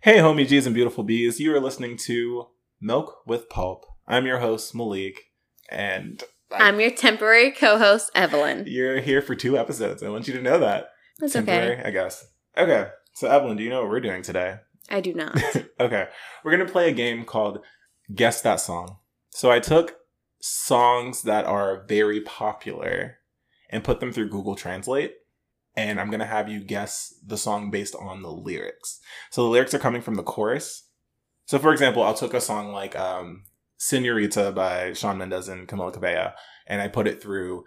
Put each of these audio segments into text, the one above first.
Hey, homie G's and beautiful bees. You are listening to Milk with Pulp. I'm your host, Malik, and I- I'm your temporary co-host, Evelyn. you're here for two episodes. I want you to know that. That's Temporary, okay. I guess. Okay. So, Evelyn, do you know what we're doing today? I do not. Okay. We're going to play a game called Guess That Song. So, I took songs that are very popular and put them through Google Translate. And I'm going to have you guess the song based on the lyrics. So, the lyrics are coming from the chorus. So, for example, I took a song like um, Senorita by Sean Mendes and Camila Cabello, and I put it through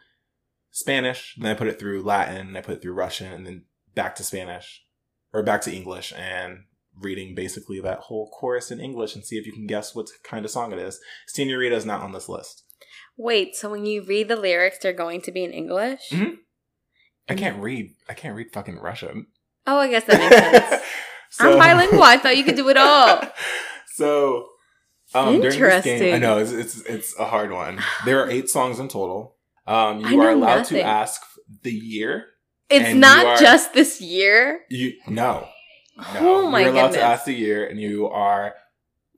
Spanish, then I put it through Latin, and I put it through Russian, and then back to Spanish or back to English and reading basically that whole chorus in English and see if you can guess what kind of song it is. Senorita is not on this list. Wait, so when you read the lyrics, they're going to be in English? Mhm. I can't read. I can't read fucking Russian. Oh, I guess that makes sense. So- I'm bilingual. I thought you could do it all. so, um, during this game, I Interesting. know it's, it's it's a hard one. There are eight songs in total. Um, I you are know allowed to nothing. ask the year. It's And not you are- just this year. You no, no. oh my You're allowed goodness. to ask the year, and you are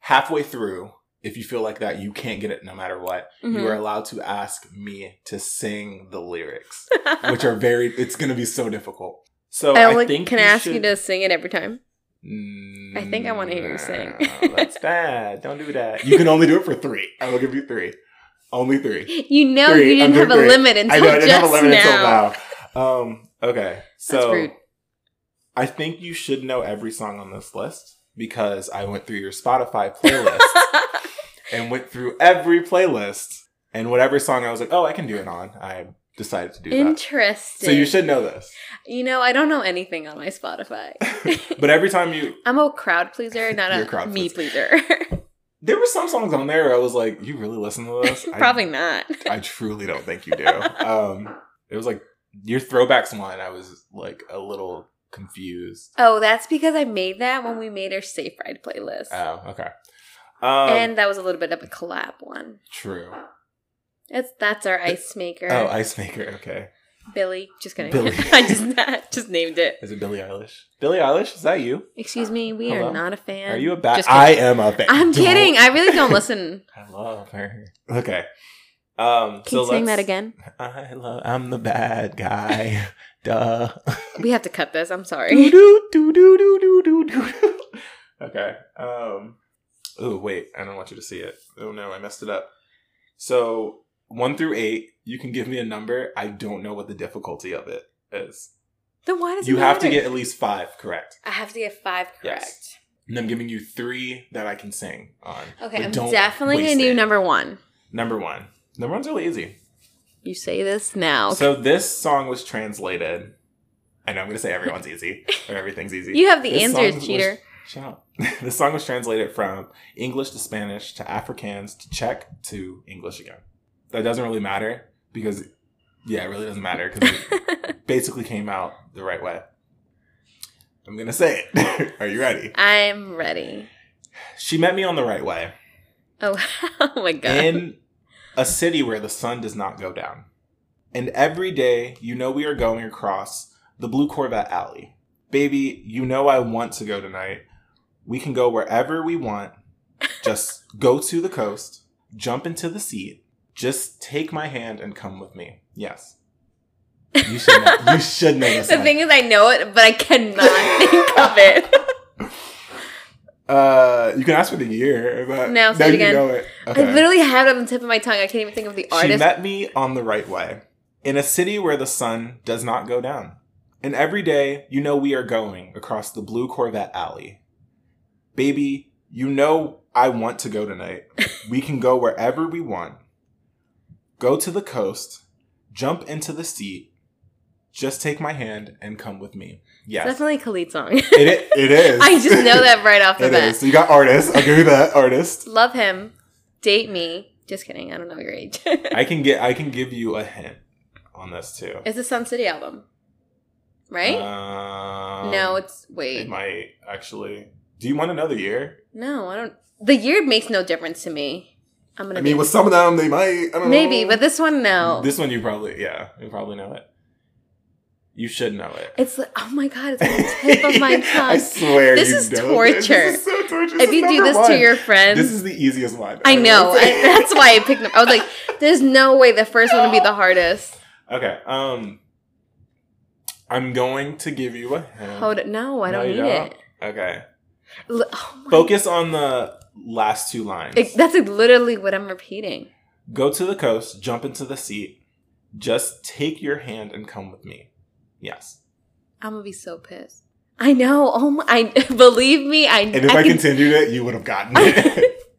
halfway through. If you feel like that, you can't get it no matter what. You Mhm. are allowed to ask me to sing the lyrics, which are very. It's going to be so difficult. So Mm-hmm. I I, only think can you ask you should- to sing it every time. Mm, I think I wanna hear you sing. no, That's bad. Don't do that. You can only do it for three. I will give you three. Only three. You know Three, you under didn't have a three. limit until I know I didn't just have a limit now. until now. Um, okay, so rude. I think you should know every song on this list because I went through your Spotify playlist and went through every playlist and whatever song I was like, oh, I can do it on. I decided to do that. Interesting. So you should know this. You know, I don't know anything on my Spotify. But every time you, I'm a crowd pleaser, not You're a a crowd me pleaser. there were some songs on there. I was like, you really listen to this? Probably I, not. I truly don't think you do. Um, it was like your throwbacks one. I was like a little confused. Oh, that's because I made that when we made our Safe Ride playlist. Oh, okay. Um, and that was a little bit of a collab one. true. That's that's our ice maker. Oh, Ice Maker. Okay. Billy. Just kidding. Billy. I just just named it. Is it Billie Eilish? Billie Eilish? Is that you? Excuse me, we Hello? are not a fan. Are you a bad? Just kidding. I am a bad. I'm kidding. I really don't listen. I love her. Okay. Um. Can so you sing let's- that again? I love. I'm the bad guy. Duh. We have to cut this. I'm do sorry. do do do do do do do. Okay. Um. Oh wait, I don't want you to see it. Oh no, I messed it up. So one through eight, you can give me a number. I don't know what the difficulty of it is. Then why does it You have to matter? get at least five correct. I have to get five correct. Yes. And I'm giving you three that I can sing on. Okay, But I'm don't definitely gonna waste do it. number one. Number one. Number one's really easy. You say this now. So this song was translated. I know I'm gonna say everyone's easy or everything's easy. you have the This song answers, was- cheater. Shut up. this song was translated from English to Spanish to Afrikaans to Czech to English again. That doesn't really matter because, yeah, it really doesn't matter because it basically came out the right way. I'm gonna say it. Are you ready? I'm ready. She met me on the right way Oh, oh my god. in a city where the sun does not go down. And every day, you know, we are going across the Blue Corvette Alley. Baby, you know, I want to go tonight. We can go wherever we want. Just go to the coast, jump into the seat, just take my hand and come with me. Yes. You should know, you should know this. the one. thing is, I know it, but I cannot think of it. uh, you can ask for the year, but No, say it you again. know it. I literally have it on the tip of my tongue. I can't even think of the She artist. met me on the right way in a city where the sun does not go down. And every day, you know, we are going across the blue Corvette alley. Baby, you know, I want to go tonight. we can go wherever we want. Go to the coast, jump into the seat, just take my hand and come with me. Yes. Definitely Khalid song. It, i- it is. I just know that right off the It bat. is. So you got artist. I'll give you that artist. Love him. Date me. Just kidding. I don't know your age. I can get. I can give you a hint on this too. it's the Sun City album, right? Um, no, it's wait. It might actually. Do you want another year? No, I don't. The year makes no difference to me. I'm gonna. I mean, be- with some of them, they might. I don't maybe, know. but this one no. this one you probably yeah, you probably know it. You should know it. It's like, oh my god, it's on the tip of my I tongue. swear. This you is know torture. This is so torture. if you is do number this to one. your friends, This is the easiest one. I know. would I, say. that's why I picked them. I was like, there's no way the first one would be the hardest. Okay. Um, I'm going to give you a hint. Hold it. No, I No, don't you need don't. it. Okay. L- oh my- Focus on the last two lines. It- that's like literally what I'm repeating. Go to the coast, jump into the seat. Just take your hand and come with me. Yes. I'm gonna be so pissed. I know. Oh my! I, believe me, I. And if I, continued it, you would have gotten it.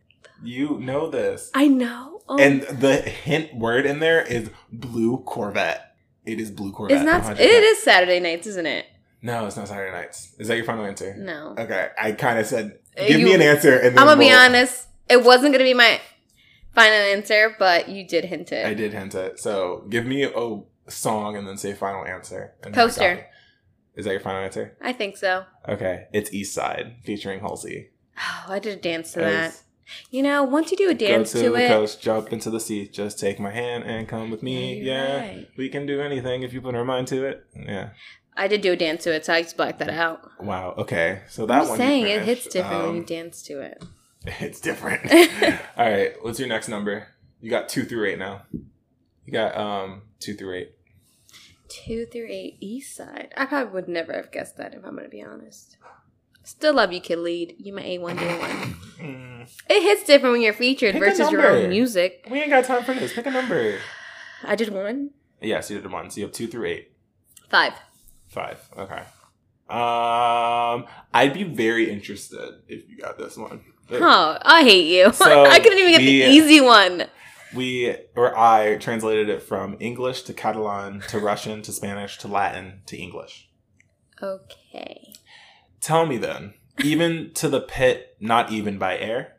you know this. I know. Oh, And the hint word in there is blue Corvette. It is blue Corvette. it's not. 100%. It is Saturday nights, isn't it? No, it's not Saturday nights. Is that your final answer? No. Okay, I kind of said, Uh, give you- me an answer, and then I'm gonna be we'll- honest. It wasn't gonna be my final answer, but you did hint it. I did hint it. So give me a song and then say final answer. And then I got Coaster. it. Is that your final answer? I think so. Okay, it's East Side featuring Halsey. Oh, I did a dance to that. As You know, once you do a dance go to, to, the it, coast, jump into the sea, just take my hand and come with me. you're Yeah, right. we can do anything if you put our mind to it. Yeah. I did do a dance to it, so I just blacked that out. Wow. Okay, so I'm that just one you saying it hits finished. different when you Um, dance to it. It's different. All right. What's your next number? You got two through eight now. You got um two through eight. Two through eight, East Side. I probably would never have guessed that if I'm gonna be honest. Still love you, Kid Lead. You my A one D one. Mm, It hits different when you're featured Pick a versus your number. own music. we ain't got time for this. Pick a number. I did one Yes, you did one. So you have two through eight. five. Five. Okay. Um, I'd be very interested if you got this one. Oh, I hate you. So, I couldn't even get we- the easy one. We or I translated it from English to Catalan to Russian to Spanish to Latin to English. Okay. Tell me then, even to the pit, not even by air.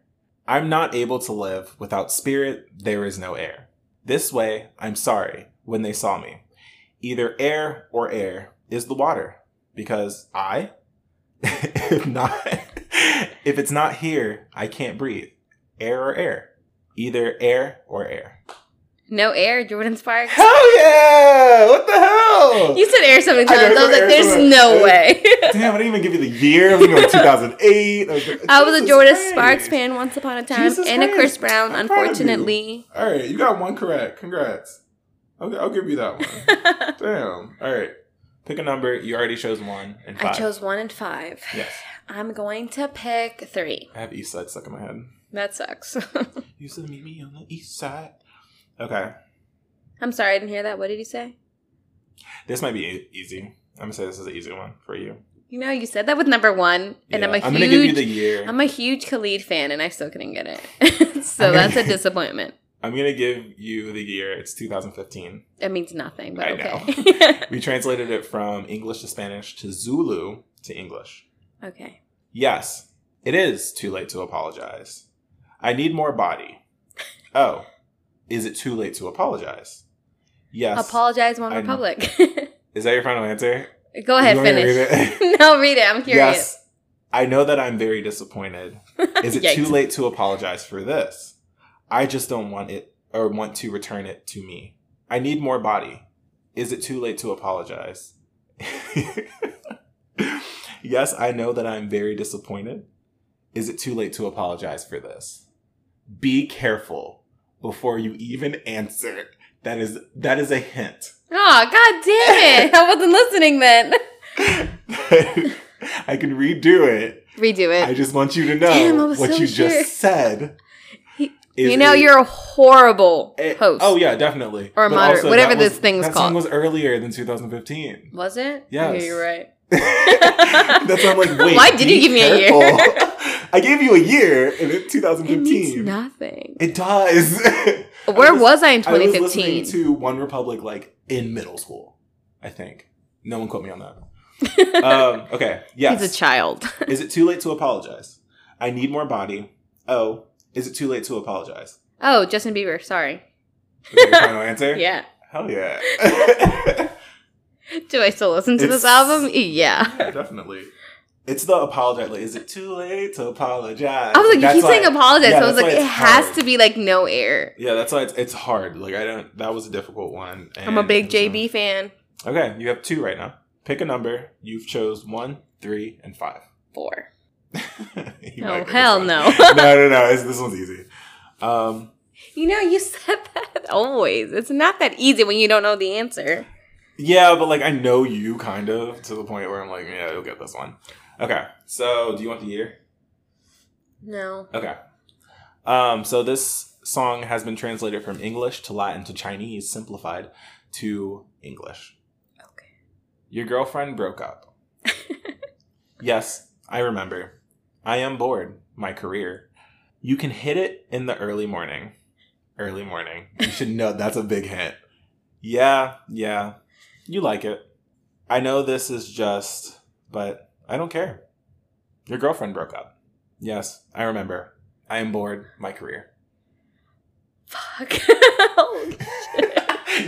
I'm not able to live without spirit, there is no air. This way, I'm sorry when they saw me. Either air or air is the water, because I, if not, if it's not here, I can't breathe. Air or air, either air or air. No air, Jordan Sparks. Hell yeah! What the hell? You said air so many I know, times. I, was air so like, there's much. no Uh, way. Damn, I didn't even give you the year. I'm going 2008. I was a Jesus Jordan Christ. Sparks fan once upon a time Jesus and a Chris Christ. Brown, I'm proud of you. unfortunately. All right, you got one correct. Congrats. I'll, I'll give you that one. Damn. All right. Pick a number. You already chose one and I five. chose one and five. Yes. I'm going to pick three. I have East Side stuck in my head. That sucks. You said meet me on the East Side. Okay. I'm sorry, I didn't hear that. What did you say? This might be e- easy. I'm going to say this is an easy one for you. You know, you said that with number one, and I'm a Yeah. I'm huge, going to give you the year. I'm a huge Khalid fan, and I still couldn't get it. so I'm gonna- that's a disappointment. I'm going to give you the year. It's 2015. That means nothing, but I know. okay. We translated it from English to Spanish to Zulu to English. okay. Yes, it is too late to apologize. I need more body. Oh, is it too late to apologize? Yes. Apologize, One I know. Republic. is that your final answer? Go ahead, You want me to finish. read it? no, read it. I'm curious. yes. I know that I'm very disappointed. Is it too Yikes. late to apologize for this? I just don't want it or want to return it to me. I need more body. Is it too late to apologize? yes, I know that I'm very disappointed. Is it too late to apologize for this? Be careful before you even answer. That is that is a hint. Oh, god damn it. I wasn't listening then. I can redo it. Redo I it. just want you to know Damn, I was what so you sure. just said. He- is you know, a- you're a horrible a- host. Oh yeah, definitely. Or a But moderate- also, whatever that was- this thing's that called. Song was earlier than 2015. Was it? Yes. Yeah, you're right. That's why I'm like, wait. Why did be you give me a year? careful. I gave you a year, and it's It 2015. means nothing. It does. Where was, I in I was listening 2015? to One Republic like in middle school. I think no one quote me on that. um, okay. Yes. He's a child. Is it too late to apologize? I need more body. Oh, is it too late to apologize? Oh, Justin Bieber. Sorry. Is that your final answer? Yeah. Hell yeah. yeah. Do I still listen to It's- this album? E, Yeah. Definitely. It's the apologize. Like, is it too late to apologize? I was like, you That's keep why- saying apologize. yeah, so I was that's like, why it it's has hard. to be like no air. Yeah, that's why it's, it's hard. Like I don't. That was a difficult one. I'm a and- big JB fan. Okay, you have two right now. Pick a number. You've chose one, three, and five. Four. You Oh, might get hell this no. one. no, no, no. It's, this one's easy. Um, You know, you said that always. It's not that easy when you don't know the answer. yeah, but like I know you kind of to the point where I'm like, yeah, you'll get this one. Okay, so do you want the year? No. Okay. Um, so this song has been translated from English to Latin to Chinese, simplified to English. Okay. Your girlfriend broke up. yes, I remember. I am bored. My career. You can hit it in the early morning. Early morning. You should know that's a big hint. Yeah, yeah. You like it. I know this is just, but I don't care. Your girlfriend broke up. Yes, I remember. I am bored. My career. Fuck. Holy shit.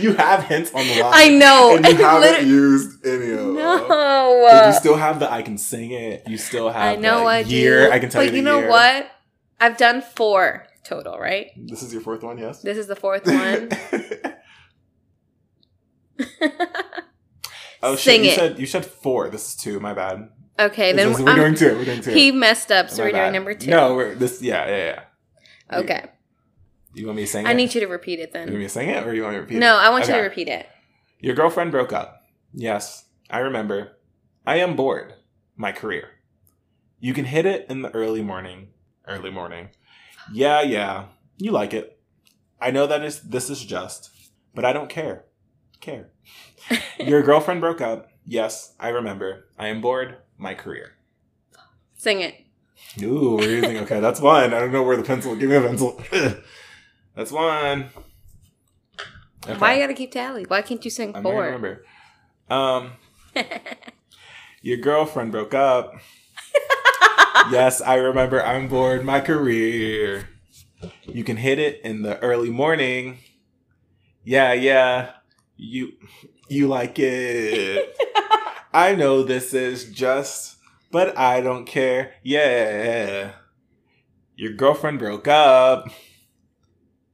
you have hints on the line. I know. And you I haven't literally- used any of them. no. But you still have the I can sing it. You still have I know the what year. dude. I can tell but you. the you know year. what? I've done four total, right? This is your fourth one, yes. This is the fourth one. oh Sing shit! You it. said you said four. This is two. My bad. okay, This then is- we're I'm- doing two. We're doing two. he messed up, My so we're bad. doing number two. No, we're this. Yeah, yeah, yeah. Okay. You want me to sing I it? need you to repeat it You want then. me to sing it, or you want me to repeat No, it? I want you to Okay. repeat it. Your girlfriend broke up. Yes, I remember. I am bored. My career. You can hit it in the early morning. Early morning. Yeah, yeah. You like it. I know that is this is just, but I don't care. Care. Your girlfriend broke up. Yes, I remember. I am bored. My career. Sing it. Ooh, we're using okay. That's one. I don't know where the pencil. Give me a pencil. that's one. Why you gotta keep tally? Why can't you sing I'm not gonna four? remember. Um, your girlfriend broke up. yes, I remember. I'm bored. My career. You can hit it in the early morning. Yeah, yeah. You, you like it. I know this is just, but I don't care. Yeah. Your girlfriend broke up.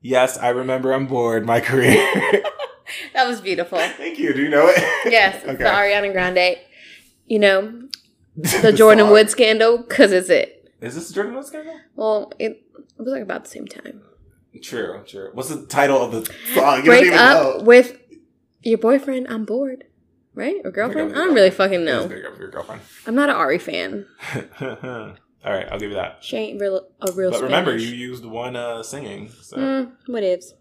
Yes, I remember. I'm bored. My career. That was beautiful. Thank you. Do you know it? Yes, it's the Okay. Ariana Grande. You know, the The Jordan song. Wood scandal, because it's it. Is this Jordan Wood scandal? Well, it, it was like about the same time. True, true. What's the title of the song? You don't Break even up know. with your boyfriend, I'm bored. Right? Or girlfriend? with I your don't really girlfriend. fucking Let's know. break up with your girlfriend. I'm not an Ari fan. All right, I'll give you that. She ain't real a real But remember, you Spanish. used one uh, singing. So Mm, what ifs.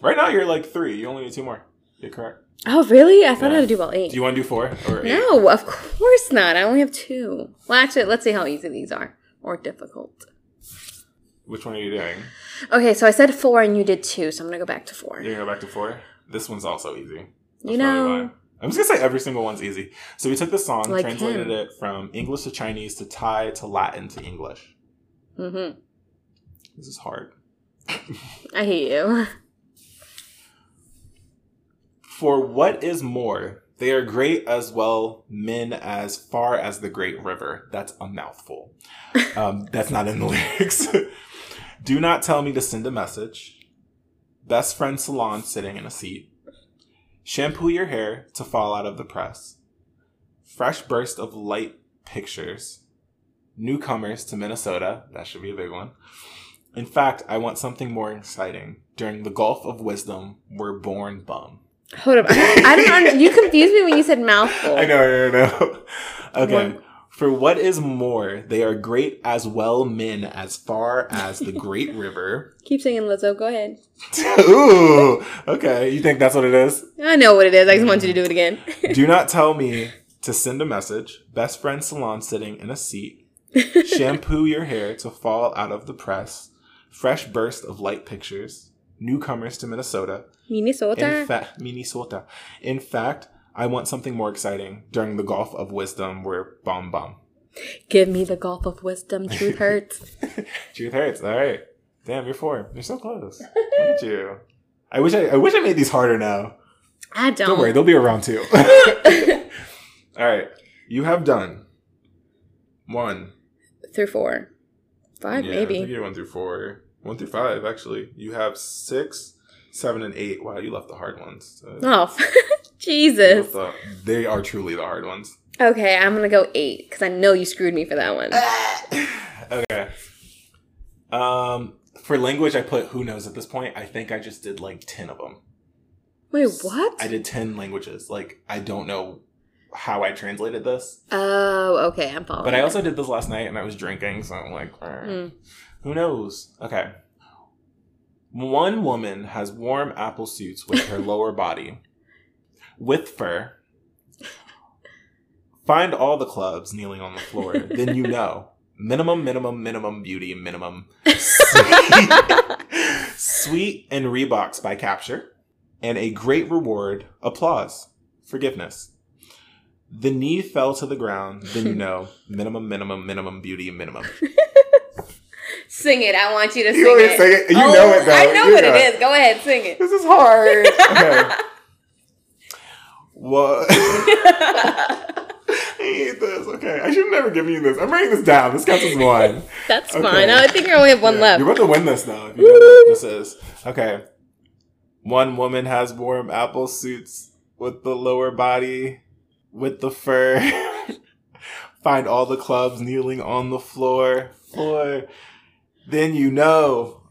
right now you're like three. You only need two more. You're correct. Oh, really? I thought I Yeah. had to do all eight. Do you want to do four or eight? No, of course not. I only have two. Well, actually, let's see how easy these are or difficult. Which one are you doing? Okay, so I said four and you did two, so I'm gonna go back to four. You're gonna go back to four. This one's also easy. That's probably you know, why. I'm just gonna say every single one's easy. So we took the song, Like translated him. it from English to Chinese to Thai to Latin to English. mm-hmm. This is hard. I hate you. For what is more, they are great as well men as far as the great river. That's a mouthful. Um, that's not in the lyrics. Do not tell me to send a message. Best friend salon sitting in a seat. Shampoo your hair to fall out of the press. Fresh burst of light pictures. Newcomers to Minnesota. That should be a big one. In fact, I want something more exciting. During the Gulf of Wisdom, we're born bum. Hold up, I don't. Under- you confused me when you said mouthful. I know, I know, I know. Okay. One- For what is more, they are great as well men as far as the great river. Keep singing, Lizzo. Go ahead. Ooh. Okay. You think that's what it is? I know what it is. I just want you to do it again. Do not tell me to send a message. Best friend salon sitting in a seat. Shampoo your hair to fall out of the press. Fresh burst of light pictures. Newcomers to Minnesota. In Minnesota. fact, Minnesota. In fact, I want something more exciting. During the Gulf of Wisdom, we're bomb bomb. Give me the gulp of wisdom. Truth hurts. Truth hurts. All right. Damn, you're four. You're so close. Look at you. I wish I, I wish I made these harder now. I don't. Don't worry, they'll be around too. All right. You have done one. Through four, five Yeah, I think maybe. you're one through four. One through five, actually. You have six, seven, and eight. Wow, you left the hard ones. Uh, Oh, Jesus. So they are truly the hard ones. Okay, I'm gonna go eight because I know you screwed me for that one. Ah, okay. Um, for language, I put who knows at this point. I think I just did like 10 of them. Wait, what? I did 10 languages. Like, I don't know how I translated this. Oh, okay, I'm following. But I it. also did this last night and I was drinking, so I'm like, "Eh, Mm. who knows? Okay. One woman has warm apple suits with her lower body, with fur. Find all the clubs kneeling on the floor, then you know. Minimum, minimum, minimum beauty, minimum. Sweet, Sweet and Reeboks by Capture, and a great reward, applause, forgiveness. The knee fell to the ground, then you know. Minimum, minimum, minimum beauty, minimum. sing it. I want you to sing You already it. sang it. You Oh, know it, though. I know You what know it is. Go ahead, sing it. This is hard. Okay. What? I hate this. Okay. I should have never given you this. I'm writing this down. This counts as one. That's Okay. fine. I think I only have one Yeah, left. You're about to win this, though, if you know what this is. Okay. One woman has warm apple suits with the lower body, with the fur. Find all the clubs kneeling on the floor. Floor. Then you know.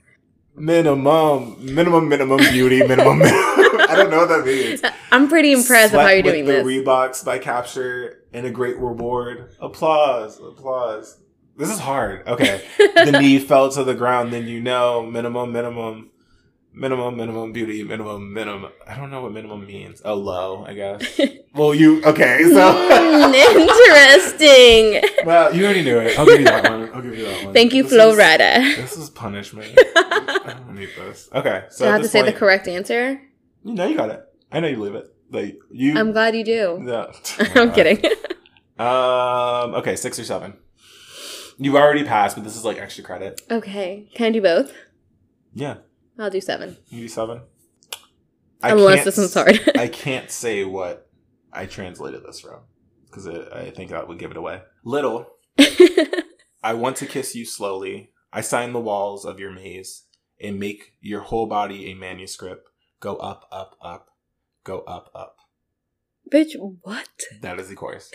Minimum, minimum, minimum beauty, minimum, minimum. I don't know what that means. I'm pretty impressed with how Slept you're doing with this. The Reeboks by Capture and a great reward. Applause, applause. This is hard. Okay. the knee fell to the ground, then you know minimum, minimum, minimum, minimum beauty, minimum, minimum. I don't know what minimum means. Oh, low, I guess. well, you, okay, so. Hmm, interesting. well, you already knew it. I'll give you that one. I'll give you that one. Thank you, This Flo is- Rida. This is punishment. I don't need this. Okay, so. Do I at have to this say the point- correct answer? No, you got it. I know you believe it. Like, you. I'm glad you do. no. I'm kidding. Um. Okay, six or seven. You've already passed, but this is like extra credit. Okay. Can I do both? Yeah, I'll do seven. you do seven. Unless can't this one's s- hard. I can't say what I translated this from because I think that would give it away. Little, I want to kiss you slowly. I sign the walls of your maze and make your whole body a manuscript. Go up, up, up, go up, up. Bitch, what? That is the chorus.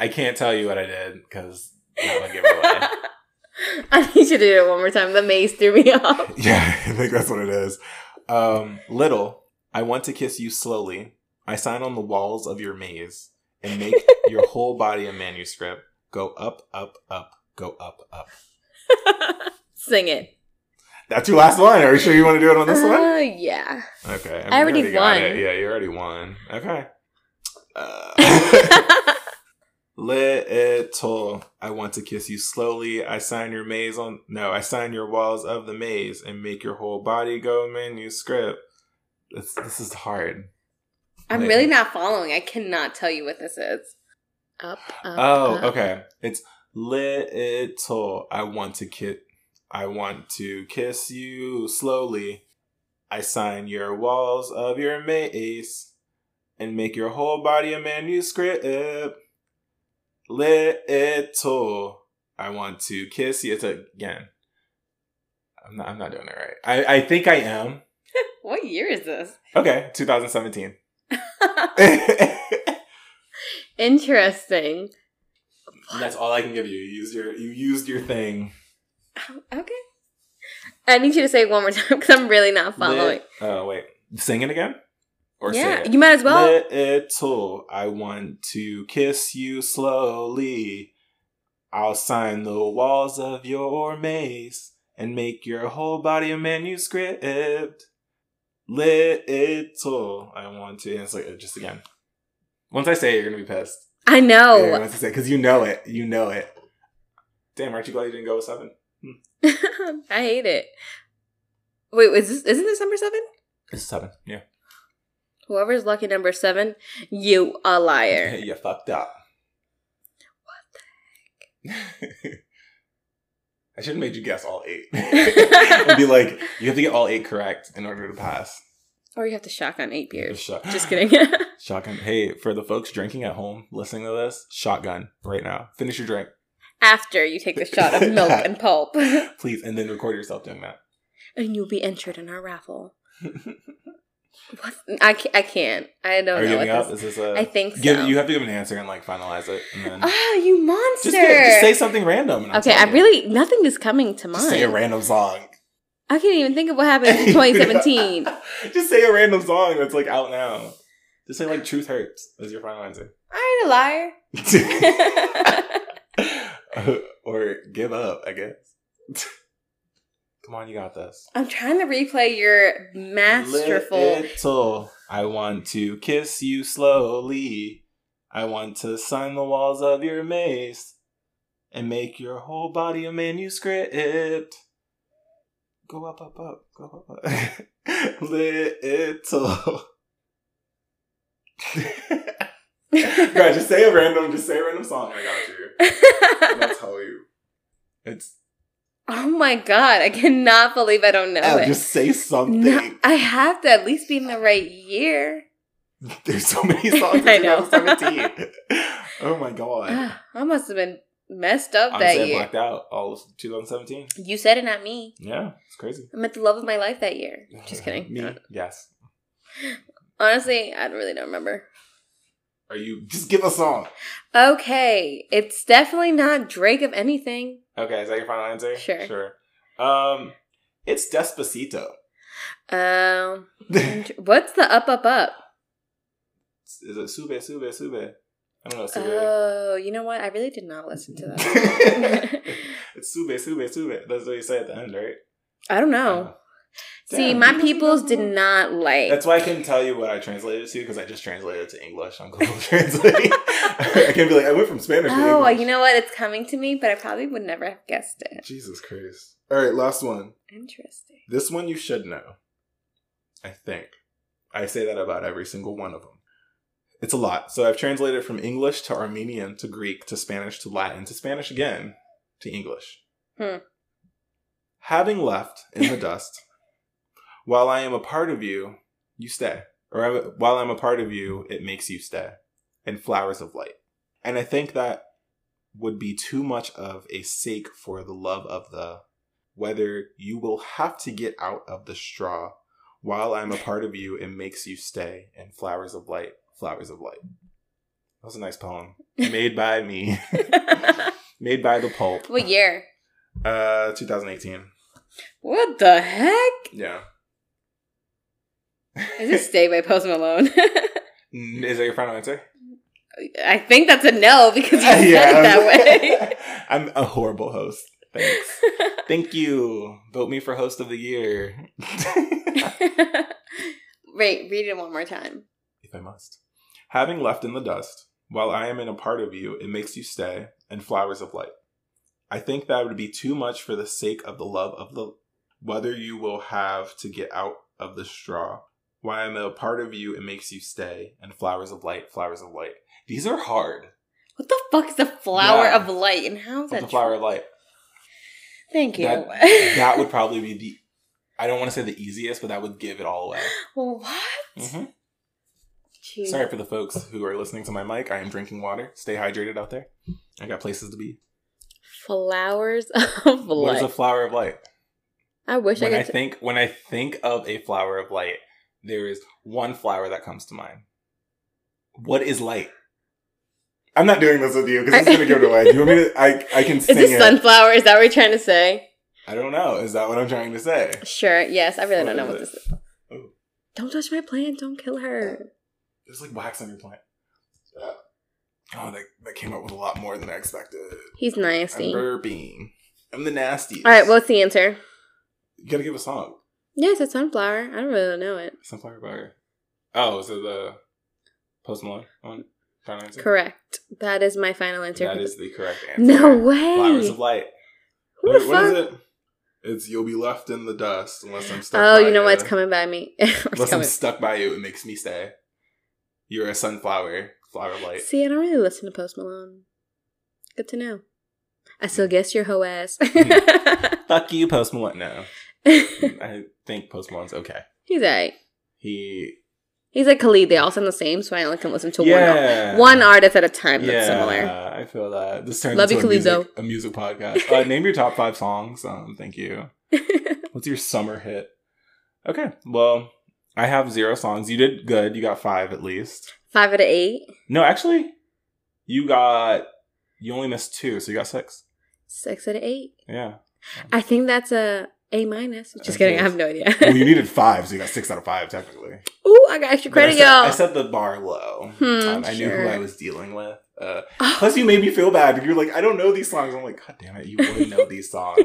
I can't tell you what I did because that would give it away. I need you to do it one more time. The maze threw me off. Yeah, I think that's what it is. Um, little, I want to kiss you slowly. I sign on the walls of your maze and make your whole body a manuscript. Go up, up, up, go up, up. Sing it. That's your last one. Are you sure you want to do it on this one? Uh, yeah. Okay. mean, I already you got won. it. Yeah, you already won. Okay. Uh, Little, I want to kiss you slowly. I sign your maze on. No, I sign your walls of the maze and make your whole body go manuscript. This, this is hard. I'm really not following. I cannot tell you what this is. Up, up. Oh, up. okay. It's little. I want to kiss. I want to kiss you slowly. I sign your walls of your maze and make your whole body a manuscript. Little. I want to kiss you. It's again. I'm not. I'm not doing it right. I. I think I am. What year is this? Okay, 2017. That's Interesting. all I can give you. You used your. You used your thing. Oh, Okay. I need you to say it one more time because I'm really not following. Lit- Oh wait, sing it again, or yeah, say it. you might as well. Little, I want to kiss you slowly. I'll sign the walls of your maze and make your whole body a manuscript. Little, I want to. And it's like just again. Once I say it, you're gonna be pissed. I know. Yeah, once I say because you know it, you know it. Damn, aren't you glad you didn't go with seven? I hate it. Wait, is this isn't this number seven? It's seven. Yeah. Whoever's lucky number seven, you a liar. you fucked up. What the heck? I should have made you guess all eight. and be like, you have to get all eight correct in order to pass. Or you have to shotgun eight beers. Shot- Just kidding. Shotgun. Hey, for the folks drinking at home listening to this, shotgun right now. Finish your drink, After you take the shot of milk and pulp, and please, and then record yourself doing that. you'll be entered in our raffle. What? I can't. I can't. Oh, I don't Are you know. giving What up? this, Is this a? I think so. Give, you have to give an answer and like finalize it, and then oh, you monster! just, get- just say something random. and I'll okay, tell I you. really nothing is coming to just say a mind. random song. I can't even think of what happened in 2017. just say a random song that's like out now. Just say like "Truth Hurts" as your final answer, I ain't a liar. or give up. I guess. Come on, you got this. I'm trying to replay your masterful. Little, I want to kiss you slowly. I want to sign the walls of your maze and make your whole body a manuscript. Go up, up, up, go up, up. Little. God, just say a random, just say a random song. I got you. I'll tell you. It's oh my god! I cannot believe I don't know Al, it. oh, just say something. No, I have to at least be in the right year. There's so many songs I in know. 2017. oh my god. Ah, I must have been messed up Honestly, that I year. blacked out all of 2017. You said it, not me. Yeah, it's crazy. I met the love of my life that year. Just kidding. Me? Yes. Honestly, I really don't remember. Are you? Just give a song. Okay, it's definitely not Drake of anything. Okay, is that your final answer? Sure. Sure. Um, it's Despacito. Um, is what's the up, up, up? it Sube, Sube, Sube? I don't know. Sube. Oh, you know what? I really did not listen to that. it's Sube, Sube, Sube. That's what you say at the end, right? I don't know. See, Oh, Damn, my you- peoples did not like. That's why I couldn't tell you what I translated it to because I just translated it to English on Google Translate. I can't be like I went from Spanish. to oh, English. you know what? It's coming to me, but I probably would never have guessed it. Jesus Christ! All right, last one. Interesting. This one you should know. I think I say that about every single one of them. It's a lot. So I've translated from English to Armenian to Greek to Spanish to Latin to Spanish again to English. Hmm. Having left in the dust, while I am a part of you, you stay. Or I- while I'm a part of you, it makes you stay. And flowers of light. And I think that would be too much of a sake for the love of the whether you will have to get out of the straw while I'm a part of you, it makes you stay. And flowers of light, flowers of light. That was a nice poem. Made by me. Made by the pulp. what year? Uh, 2018. What the heck? Yeah. Is it Stay by Post Malone? Mm, Is that your final answer? I think that's a no because you said it that way. I'm a horrible host. Thanks. Thank you. Vote me for host of the year. if Wait, read it one more time. I must. Having left in the dust, while I am in a part of you, it makes you stay, and flowers of light. I think that would be too much for the sake of the love of the whether you will have to get out of the straw. Why I'm a part of you, it makes you stay, and flowers of light, flowers of light. These are hard. What the fuck is the flower Yeah. of light and how is Of that? the flower true? of light. Thank you. That, that would probably be the I don't want to say the easiest, but that would give it all away. what? Mhm. Jeez. Sorry for the folks who are listening to my mic. I am drinking water. Stay hydrated out there. I got places to be. Flowers of What is light. a flower of light? I wish I when could. I think when I think of a flower of light, there is one flower that comes to mind. What is light? I'm not doing this with you because it's gonna give it away. Do you want me to? I I can is sing this it. sunflower? Is that what you're trying to say? I don't know. Is that what I'm trying to say? Sure. Yes. I really What don't know is what it? this is. Oh. Don't touch my plant. Don't kill her. There's like wax on your plant. Oh, that, that came up with a lot more than I expected. He's I'm nasty. All burping. I'm the nastiest. right. What's the answer? you gotta give a song. Yes, it's sunflower. I don't really know it. Sunflower Bar. Oh, is it the Post Malone one? Final answer? Correct. That is my final answer. That is the correct answer. no way. Flowers of Light. Who What- the what is fuck? it? It's you'll be left in the dust unless I'm stuck. Oh, by you know what's ya. coming by me. It's Unless I'm coming. stuck by you, it makes me stay. You're a sunflower, flower of light. See, I don't really listen to Post Malone. Good to know. I still guess your hoe ass. Fuck you, Post Malone. No, He's I think Post Malone's okay. like, He he's like Khalid. They all sound the same, so I only can listen to one, yeah al- one artist at a time yeah. that's similar. I feel that this turns Love you, into a music, Kalizo. a music podcast. Uh, name your top five songs. Um, thank you. What's your summer hit? Okay, well, I have zero songs. You did good. You got five at least. Five out of eight. No, actually, you got you only missed two, so you got six. Six out of eight. Yeah. I think that's a A minus. Just Okay. kidding. I have no idea. Well, you needed five, so you got six out of five technically. Ooh, I got extra But I credit, set- y'all. I set the bar low. Hmm, Um, I knew who sure. I was dealing with. Uh, plus, you made me feel bad. You're like, I don't know these songs. I'm like, God damn it, you really know these songs.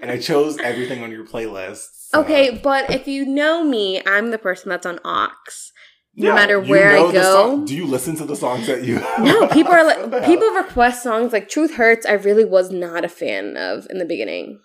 and I chose everything on your playlist. so- okay, but if you know me, I'm the person that's on Ox. no Yeah, matter you where I know the go- song- Do you listen to the songs that you? No, people are What the like hell? people request songs like "Truth Hurts." I really was not a fan of in the beginning.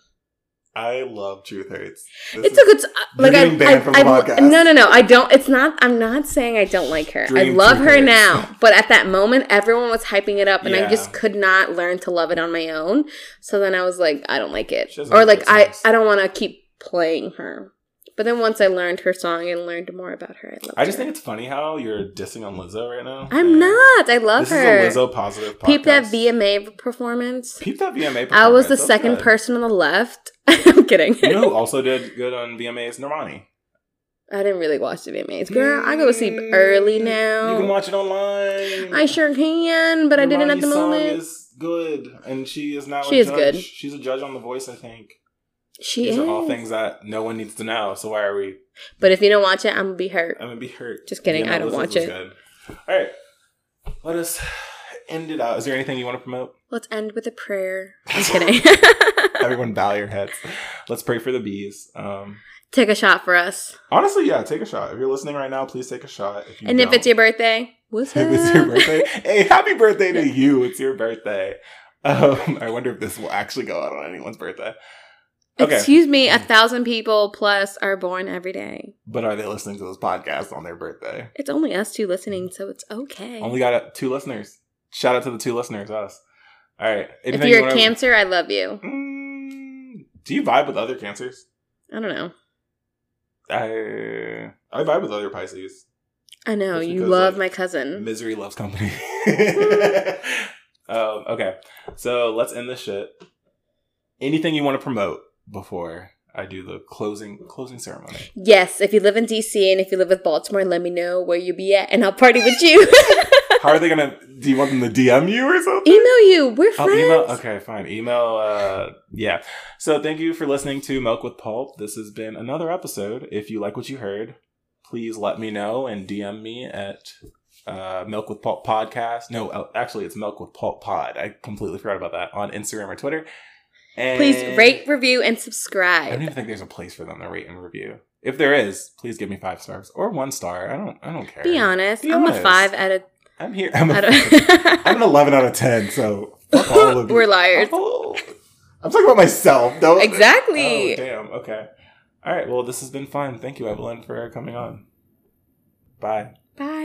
I love Truth Hurts. This is- It's a good s- uh, you're like I, getting banned from I, the I- podcast. no no no I don't. It's not. I'm not saying I don't like her. I Dream love Truth her Hurts. now, but at that moment, everyone was hyping it up, and Yeah. I just could not learn to love it on my own. So then I was like, I don't like it, She doesn't or have like good I songs. I don't want to keep playing her. But then once I learned her song and learned more about her, I love. I just think it's funny how you're dissing on Lizzo right now. I'm And not. I love This her. is a Lizzo positive. Podcast. Peep that VMA performance. Peep that VMA. I was performance. the That's second good. person on the left. I'm kidding. You know who also did good on VMAs? Normani. I didn't really watch the VMAs. Girl, I go to sleep early now. You can watch it online. I sure can, but I didn't at Normani's the song moment. Is good, and she is now. She a is judge. good. She's a judge on The Voice, I think. she These is. are all things that no one needs to know. So why are we? But if you don't watch it, I'm gonna be hurt. I'm gonna be hurt. Just kidding, I don't this watch was it. Good. All right, let us end it out. Is there anything you want to promote? Let's end with a prayer. I'm kidding. Everyone, bow your heads. Let's pray for the bees. Um, Take a shot for us. honestly, yeah, take a shot. If you're listening right now, please take a shot. If you and if don't- it's your birthday, what's up? if it's your birthday, hey, happy birthday to you! It's your birthday. Um, I wonder if this will actually go out on anyone's birthday. Okay. Mm. Excuse me, a thousand people plus are born every day. But are they listening to this podcast on their birthday? It's only us two listening, so it's okay. Only got uh, two listeners. Shout out to the two listeners, us. All right. if Anything you you're a wanna- cancer, I love you. Mm, do you vibe with other cancers? I don't know. I I vibe with other Pisces. I know Just you because, love like, my cousin. Misery loves company. um, okay, so let's end this shit. Anything you want to promote before I do the closing closing ceremony? Yes, if you live in DC and if you live with Baltimore, let me know where you be at, and I'll party with you. How are they gonna? Do you want them to DM you or something? email you. We're Oh, friends. email. Okay, fine. Email. Uh, yeah. So thank you for listening to Milk with Pulp. This has been another episode. If you like what you heard, please let me know and DM me at uh, Milk with Pulp podcast. No, uh, actually, it's Milk with Pulp Pod. I completely forgot about that on Instagram or Twitter. And Please rate, review, and I don't subscribe. even think there's a place for them to rate and review. If there is, please give me five stars or one star. I don't. I don't care. Be honest. Be I'm honest. a five out of. I'm here. I'm, Out a, I'm an of 11 out of 10. So fuck all of you. We're liars. Oh, I'm talking about myself. Don't Exactly. Oh, damn. Okay. All right. Well, this has been fun. Thank you, Evelyn, for coming on. Bye. Bye.